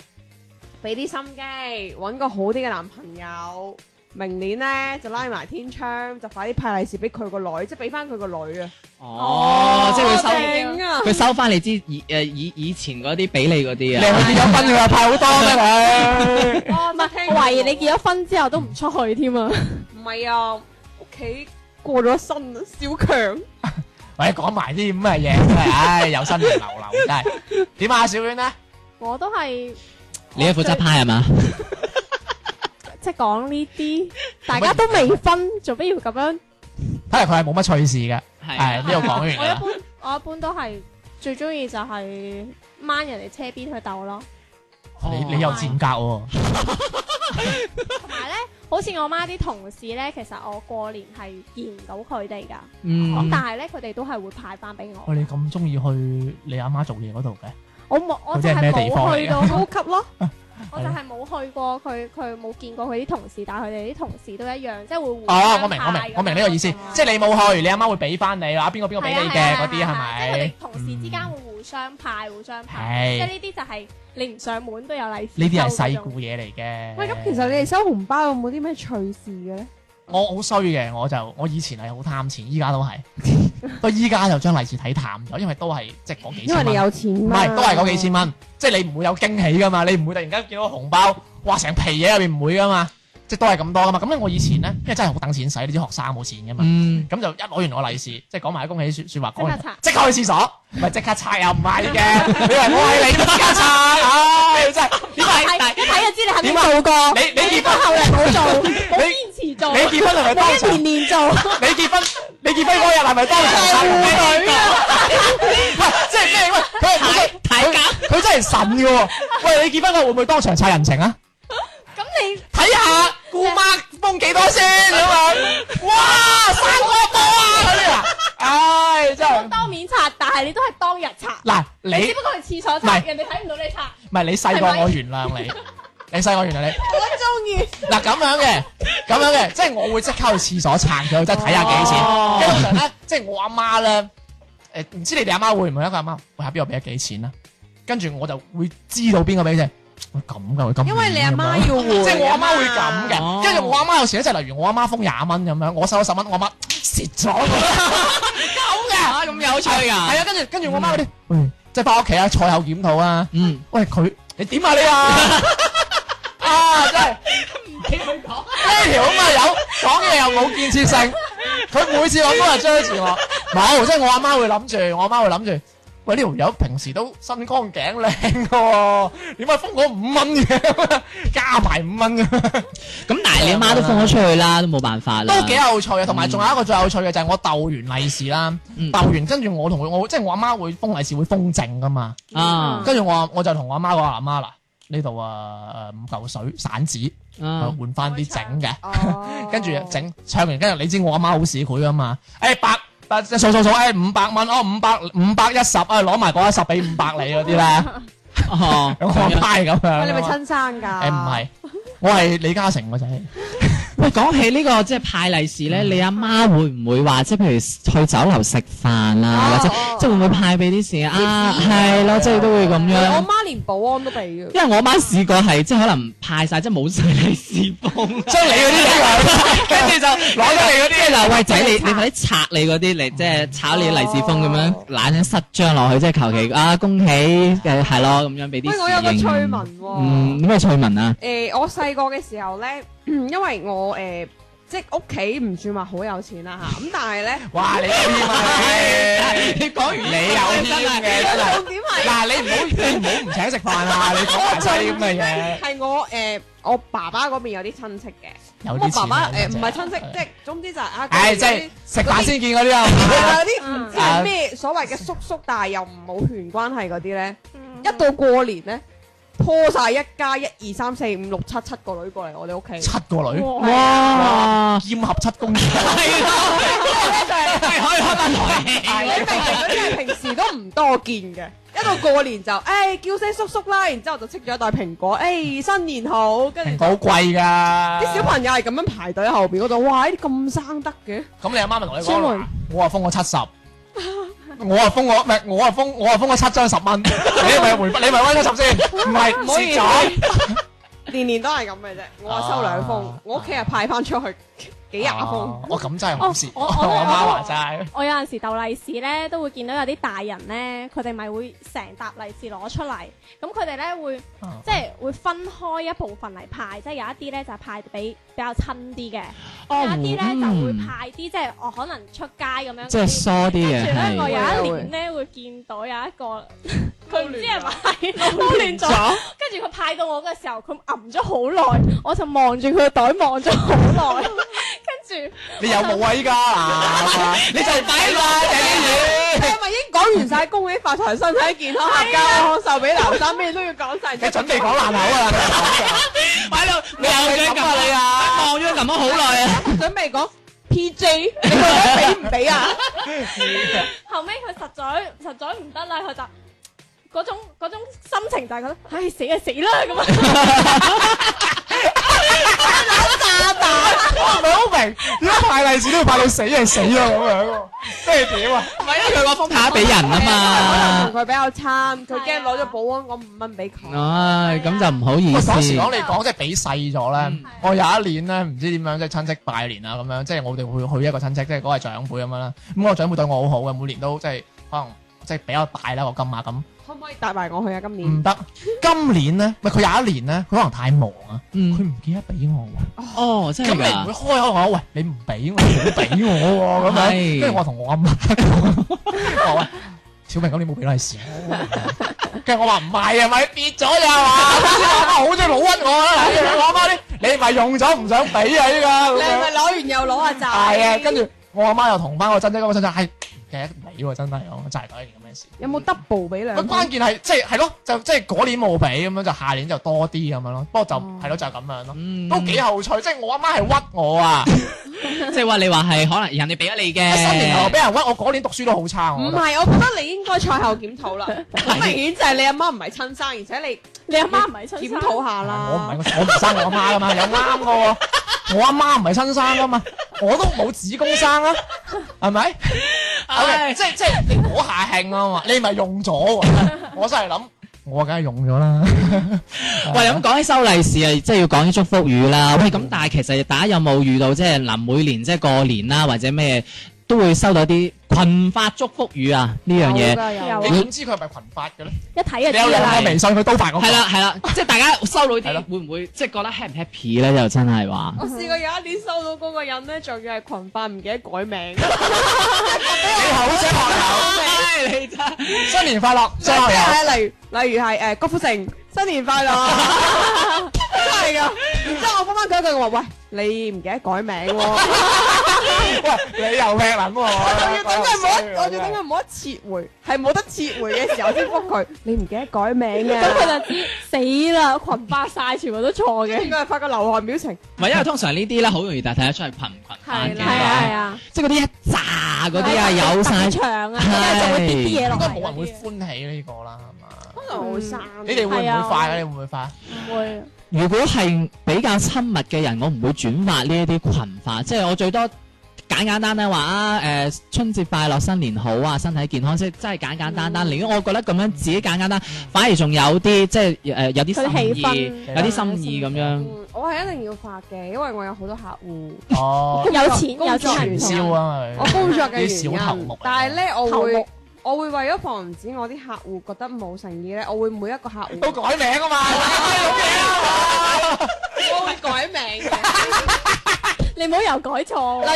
俾啲心機，揾個好啲嘅男朋友，明年咧就拉埋天窗，就快啲派利是俾佢個女，即係俾翻佢個女啊！哦，即係佢收正 [LAUGHS] 啊！佢收翻你之以誒以以前嗰啲俾你嗰啲你啊。係咪結咗婚佢話派好多咩哦，唔我懷疑你結咗婚之後都唔出去添啊！唔係啊，屋企過咗身啊，小強。喂，講埋啲咁嘅嘢，真係唉，有新年流流真係。點啊，小娟咧？我都係你係負責派係嘛？即係講呢啲，大家都未婚，做咩要咁樣？睇嚟佢係冇乜趣事嘅。係呢度講完我一啦。般我一般都係最中意就係掹人哋車邊去鬥咯。哦你你又賤格喎？同埋咧，好似我媽啲同事咧，其實我過年係見唔到佢哋噶，嗯咁但係咧佢哋都係會派翻俾我喂，。你咁中意去你阿媽做嘢嗰度嘅？我冇，我嗰啲就係咩係地方冇嚟去嘅 [LAUGHS] 到高級咯。我係就咯係冇去過佢，佢冇見過佢啲同事，但係佢哋啲同事都一樣，即係會互哦，相我明我明派咁我明呢個意思樣，即係你冇去，你阿媽會俾翻你話邊個邊個俾啊係啊你係嘅啊嗰啲係係啊即咪係佢嗯哋？同事之間會互相派，互相派，係即係呢啲就係你唔上門都有利是。呢啲係細故。嘢嚟嘅。喂，咁其實你哋收紅包有冇啲咩趣事嘅咧？我好衰嘅，我就我以前係好貪錢，依家都 [LAUGHS] 係，到依家就將利是睇淡咗，因為都係即係嗰幾因為千你蚊，有錢唔嘛，係都係嗰幾千蚊，即係你唔會有驚喜噶嘛，你唔會突然間見到個紅包，哇成皮嘢入面唔會噶嘛，即係都係咁多噶嘛。咁咧我以前咧，因為真係好等錢使，你知學生冇錢噶嘛。嗯，咁就一攞完我利是，即係講埋啲恭喜説説話，講完即刻拆即刻去廁所，唔係即刻拆又唔係嘅，你以為我係你即刻拆，啊唉真係點一解？[LAUGHS] 睇一睇就知你肯定點啊做過。你你結婚後嚟冇做，冇 [LAUGHS] 你堅持做，你結婚係咪當場一？年年做。你結婚你結婚嗰日係咪當場殺人咩？喂，即係咩？喂，佢係太佢佢真係神嘅喎！喂，你結婚嗰日會唔會當場殺人情啊？ [LAUGHS] 咁你睇下姑媽封幾多先咁樣，哇！生個波啊嗰啲啊！唉，真係當面拆，但係你都係當日拆，嗱你只。不過係廁所唔拆，係人哋睇唔到你拆。唔係你細個係咪我原諒你，你細個我原諒你。我中意。嗱咁樣嘅，咁樣嘅，即係我會即刻去廁所撐佢，即係睇下幾錢。跟住通常咧，即係我阿媽咧，誒唔知你哋阿媽會唔會一個阿媽，喂下邊個俾咗幾錢啊？跟住我就會知道邊個俾嘅。喂咁㗎，喂咁。因為你阿媽咁樣要換，即係我阿媽會咁哦嘅，跟住我阿媽有時咧就例如我阿媽封廿蚊咁樣，我收咗十蚊，我阿媽蝕咗 [LAUGHS] 咁嘅，啊咁有趣係㗎，啊，跟住跟住我媽嗰啲，喂，即係翻屋企啊，賽後檢討啊。嗯，喂佢，你點啊你 [LAUGHS] 啊？啊真係唔俾佢講呢條咁嘅友講嘢又冇建設性，佢每次諗都係追住我，冇即係我阿媽會諗住，我阿媽會諗住。喂，呢條友平時都身光頸靚嘅喎，點解封我五蚊嘅？加埋五蚊嘅，咁但係你阿媽都放咗出去啦，都冇辦法啦，都幾有趣啊嘅。同埋仲有一個最有趣嘅就係我鬥完利是啦，嗯鬥完跟住我同佢，我即係我阿媽會封利是會封正噶嘛。嗯啊跟住我話我就同我阿媽講話阿媽嗱，呢度啊誒五嚿水散紙，啊換翻啲整嘅，哦跟住整唱完，跟住你知我阿媽好市儈噶嘛？誒百百數數數誒五百蚊哦，五百五百一十啊，攞埋嗰一十俾五百你嗰啲 [LAUGHS] 咧，哦，我阿媽係咁樣。哦喂，你咪親生㗎？誒唔係，我係李嘉誠個仔。喂，講起呢個即係派利是嗯咧，你阿媽會唔會話即係譬如去酒樓食飯哦啊，或者即係會唔會派俾啲事啊？係咯，即係都會咁我樣。媽連保安都俾嘅。因為我媽試過係即係可能派晒，即係冇晒利是封， [LAUGHS] 將你嗰啲拎嚟 [LAUGHS] 跟住就攞咗你嗰哦即係嗱，喂仔，你你快啲拆你嗰啲嚟，即係炒你利是封咁樣，懶緊塞張落去，即係求其啊恭喜誒係咯咁樣俾啲。喂，我有個趣聞。喎。嗯，咩趣聞啊？誒、我細個嘅時候咧， [CLEARS THROAT] 因為我誒、即係屋企唔算話好有錢啦 [LAUGHS] 嚇，咁但係咧，哇！你添啊你！你講 [LAUGHS] 完你有添嘅真係。重點係嗱，你唔好你唔好唔請食飯啊！你講埋晒啲咁嘅嘢，係我誒、我爸爸嗰邊有啲親戚嘅，有我啲爸錢爸啊誒唔係親戚，即係總之就係啊，嗰唉，邊即係有啲食飯先見嗰啲係啊！啊有啲唔知係咩所謂嘅叔叔，但係又唔冇血緣關係嗰啲咧，一到過年咧，拖晒一家一二三四五六七七個女過嚟我哋屋 [LAUGHS] 企七，個女，哇！兼合七公主，係咧就係。可以開翻哎你明唔明嗰啲係平時都唔多見嘅，一到過年就誒、哎叫聲叔叔啦，然之後就戚咗一袋蘋果，誒、哎新年好，[LAUGHS] 跟住好貴㗎。啲小朋友係咁樣排隊喺後邊嗰度，哇！呢啲咁生得嘅，咁你阿媽咪同你超講耐啦，我話封我七十。我啊封我唔係，我啊封我啊封咗七張十蚊，你咪回你咪威咗十先，唔係唔好蝕意思咗。年年都係咁嘅啫。我話收兩封，啊我屋企係派翻出去幾廿封。我咁真係好事，哦我我我都媽話齋，我有陣時鬥利是咧，都會見到有啲大人咧，佢哋咪會成沓利是攞出嚟，咁佢哋咧會啊即係會分開一部分嚟派，即係有一啲咧就係派俾比較親啲嘅，哦有一啲咧就會嗯派啲即係我可能出街咁樣嗰啲。即係疏跟啲嘅住咧，我係。有一年咧會見到有一 [LAUGHS] 個佢唔知係咪 [LAUGHS] 撈 [LAUGHS] 亂咗，跟住佢派到我嘅時候，佢揞咗好耐，我就望住佢個袋望咗好耐， [LAUGHS] 跟住你有冇位㗎？ [LAUGHS] 嗱你就擺啦，鄭你係咪已經講完晒恭喜發財、身體健康、合家康、壽比南山，咩都要講晒？你準備講爛口啊！喺度你又想撳啊你啊！望咗佢撳咗好耐啊！準備講 PJ，你覺得俾唔俾啊？後尾佢實在實在唔得啦，佢就。嗰種嗰種心情就係覺得，唉死啊死啦咁啊！ [LAUGHS] 我唔係好明，點解派利是都要派到死係死啊咁樣喎？即係點啊？唔係因為佢嗰封派咗俾人啊嘛。同佢比較慘，佢驚攞咗保安嗰五蚊俾佢。唉，咁就唔好意我思。當時講你講即係俾細咗咧嗯，我有一年咧唔知點樣即係親戚拜年啊咁樣，即係我哋會去一個親戚，即係嗰個係長輩咁樣啦。咁嗰個長輩對我好好嘅，每年都即係可能即係比較大啦個金額咁。可唔可以帶埋我去啊？今唔年嗯得，今年咧，咪佢有一年咧，佢可能太忙啊，佢嗯，唔記得俾我喎。哦，真咁係你唔㗎會。開口話喂，你唔俾我，你唔俾我喎咁樣，係跟住我同我阿媽講，我話小明咁你冇俾利是我，跟住我話唔係啊，咪跌咗咋嘛，我阿媽好中意老屈我啦，跟住我阿媽啲你咪用咗唔想俾啊依家你咁樣係咪，攞完又攞啊？就係啊，跟住我阿媽又同翻我親戚講，我親戚係其實唔俾喎，真係我真係搞呢件咁嘅事。有冇 double 俾兩喂，蚊？關鍵係即係係咯，就即係嗰年冇俾咁樣，就下年就多啲咁樣咯。不過就哦係咯，就係咁樣咯，嗯都幾有趣。即係我阿媽係屈我啊，即係話你話係可能人哋俾咗你嘅。新年頭俾人屈，我嗰年讀書都好差。唔我覺得係，我覺得你應該賽後檢討啦。好明顯就係你阿媽唔係親生，而且你阿媽唔係你親檢生，討下我唔係啦。我唔生我阿媽噶嘛，有啱噶喎。我阿媽唔係親生啊噶嘛，我都冇子宮生啦，係咪？OK，即係即係你嗰下慶啊嘛，你咪用咗喎。我真係諗，我梗係用咗 [LAUGHS] 啦。喂，咁講起收利是啊，即係要講啲祝福語啦。喂，咁但係其實大家有冇遇到即係嗱，每年即係過年啦，或者咩都會收到啲群發祝福語啊呢樣嘢。有你點知佢係咪群發嘅咧？一睇就你有用知啦。我微信，佢都發我。係啦係啦，即係大家收到呢係咯啲會唔會即係覺得 happy 唔 happy 咧？又真係話。我試過有一年收到嗰個人咧，仲要係群發唔記得改名，你好啫，學唉，你真係友，新年快樂，即張學友。係例如例如係誒郭富城新年快樂， [LAUGHS] 真係㗎。然之後我翻翻佢一句，我話喂你唔記得改 [LAUGHS] 名喎，喂，你又劈撚喎！我我仲啊要等佢冇得，我仲要等佢冇得撤回，係冇得撤回嘅時候先 [LAUGHS] 覆佢，你唔記得改名咁啊。佢就知死啦，群發晒，全部都錯跟嘅。住佢係發個流汗表情，唔係因為通常呢啲咧好容易但係睇得出係群唔群發係嘅。啦，係啊，係啊，即係嗰啲一炸嗰啲啊，有晒特別長啊，係就會跌啲嘢落應該嚟冇嗰人會啲。歡喜呢個啦，係嘛？可能會生。你哋會唔會快啊？你會唔會快？唔會，如果係比較親密嘅人，我唔會轉發呢一啲群發，即係我最多簡簡單單話啊，誒、春節快樂、新年好啊、身體健康，即係真係簡簡單單。寧願我覺得咁樣自己簡簡單，反而仲有啲即係誒、有啲佢氣心意，氛有啲心意咁樣。嗯我係一定要發嘅，因為我有好多客戶。哦，有錢有工作錢傳完銷啊我嘛工作嘅啲小頭原目嚟，因但係咧，我頭會目我會為咗防止我啲客戶覺得冇誠意咧，我會每一個客佢，都戶改名啊嘛，我會改名嘅。你唔好又改 錯。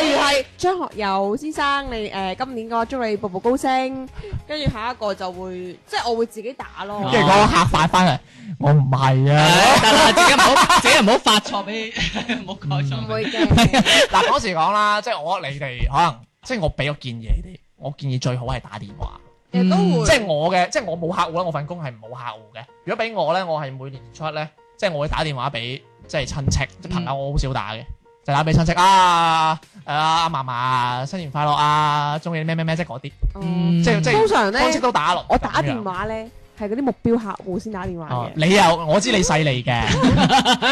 [LAUGHS] 例如係張學友先生，你誒今年嘅話祝你步步高升，跟住下一個就會即係我會自己打咯。跟住嗰個客發翻嚟，我唔係誒啊。得啦，自己唔好，自己唔好發錯俾， [LAUGHS] 唔好改錯唔俾。會 [LAUGHS] 嘅，嗱嗰時講啦，即係我你哋可能即係我俾個建議你哋，我建議最好係打電話。亦都會即係我嘅，即係我冇客戶啦，我份工係冇客戶嘅。如果俾我咧，我係每年年初一咧，即係我會打電話俾即係親戚，即係朋友我好少打嘅，就打俾親戚啊，誒阿嫲嫲新年快樂啊，中意咩咩咩即係嗰啲，嗯 Ừ. 即係即通係常親戚咧，都打落。我打咁樣電。話咧係嗰啲目標客戶先打電話哦嘅。你又我知你細膩 [LAUGHS] 嘅，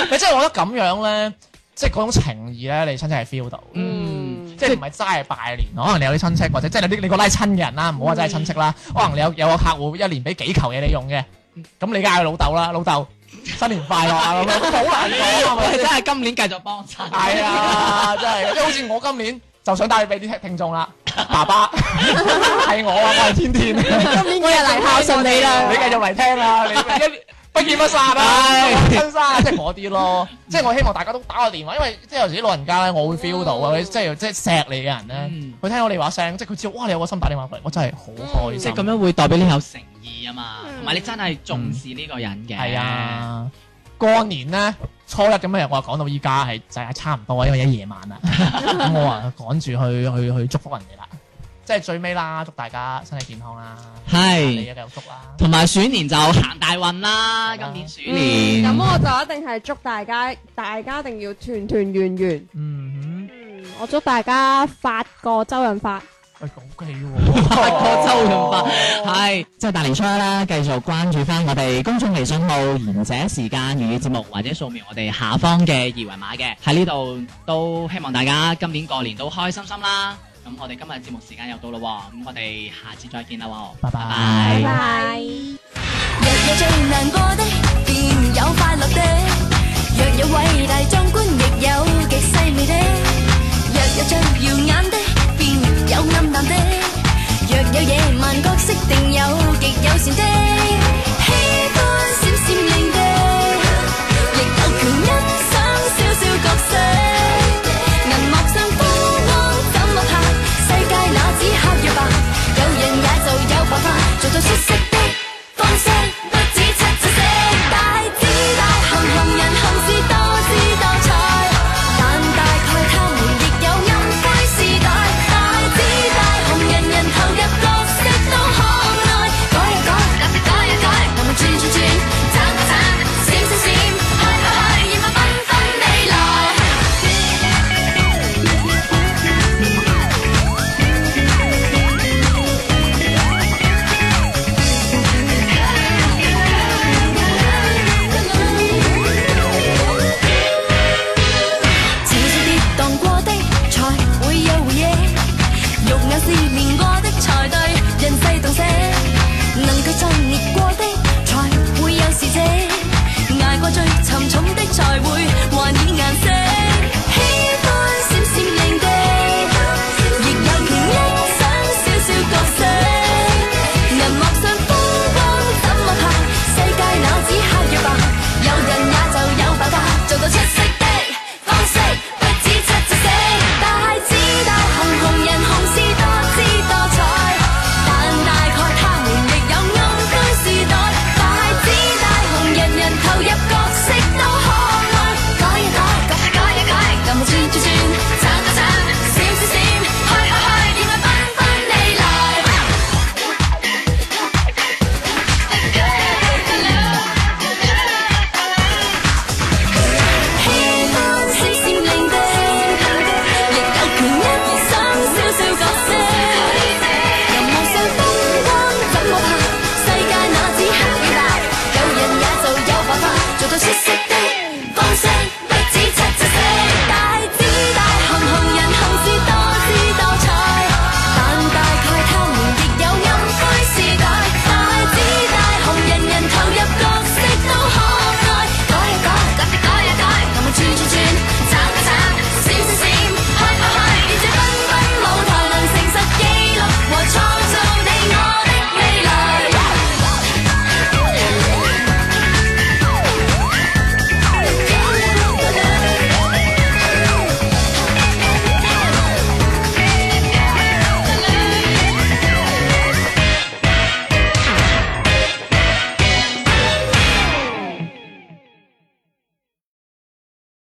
你即係我覺得咁樣咧，即係嗰種情義咧，你親戚係 feel 到嘅。嗯即係唔係齋係拜年，可能你有啲親戚或者即係你啲你個拉親嘅人啦，唔好話真係嗯親戚啦，可能你有有個客戶一年俾幾球嘢你用嘅，咁你梗係佢老豆啦，老豆新年快樂啊咁樣，好 [LAUGHS] 難講啊我咪哋先真係今年繼續幫襯。係 [LAUGHS] 啊，真 [LAUGHS] 係，即係好似我今年就想帶俾啲聽聽眾啦，爸爸係我啊，我係天天，你今年我又嚟孝順你啦，繼續嚟聽啊， [LAUGHS] 你一不見不散啊，親生啊，即係嗰啲咯，即係我希望大家都打個電話，因為即係有時啲老人家咧，我會 feel 到嗯啊，即係即係錫你嘅人咧嗯，佢聽到你話聲，即係佢知道哇你有個心打電話過嚟，我真係好開即心啊係。咁樣會代表你有誠意啊嘛，嗯同埋你真係重視呢個人嘅。係，啊，過年咧初一咁樣，我話講到依家係就係差唔多，因為一夜晚 [LAUGHS] 啦。咁我話趕住去去去祝福人哋啦，即係最尾啦，祝大家身體健康啦，你係。一繼續祝啦。同埋鼠年就行大運啦，係啦今年鼠嗯年。咁我就一定係祝大家，大家一定要團團圓圓。嗯我祝大家發個周潤發。哼，喂，好記 [LAUGHS] 喎。八個周潤發，係即係大年初一啦，繼續關注翻我哋公眾微信號《賢者時間粵語節目》，或者掃描我哋下方嘅二維碼嘅，喺呢度都希望大家今年過年都開開心心啦。咁我哋今日節目時間又到啦喎，咁我哋下次再見啦喎，拜拜拜。日夜最難過的，便有快樂的。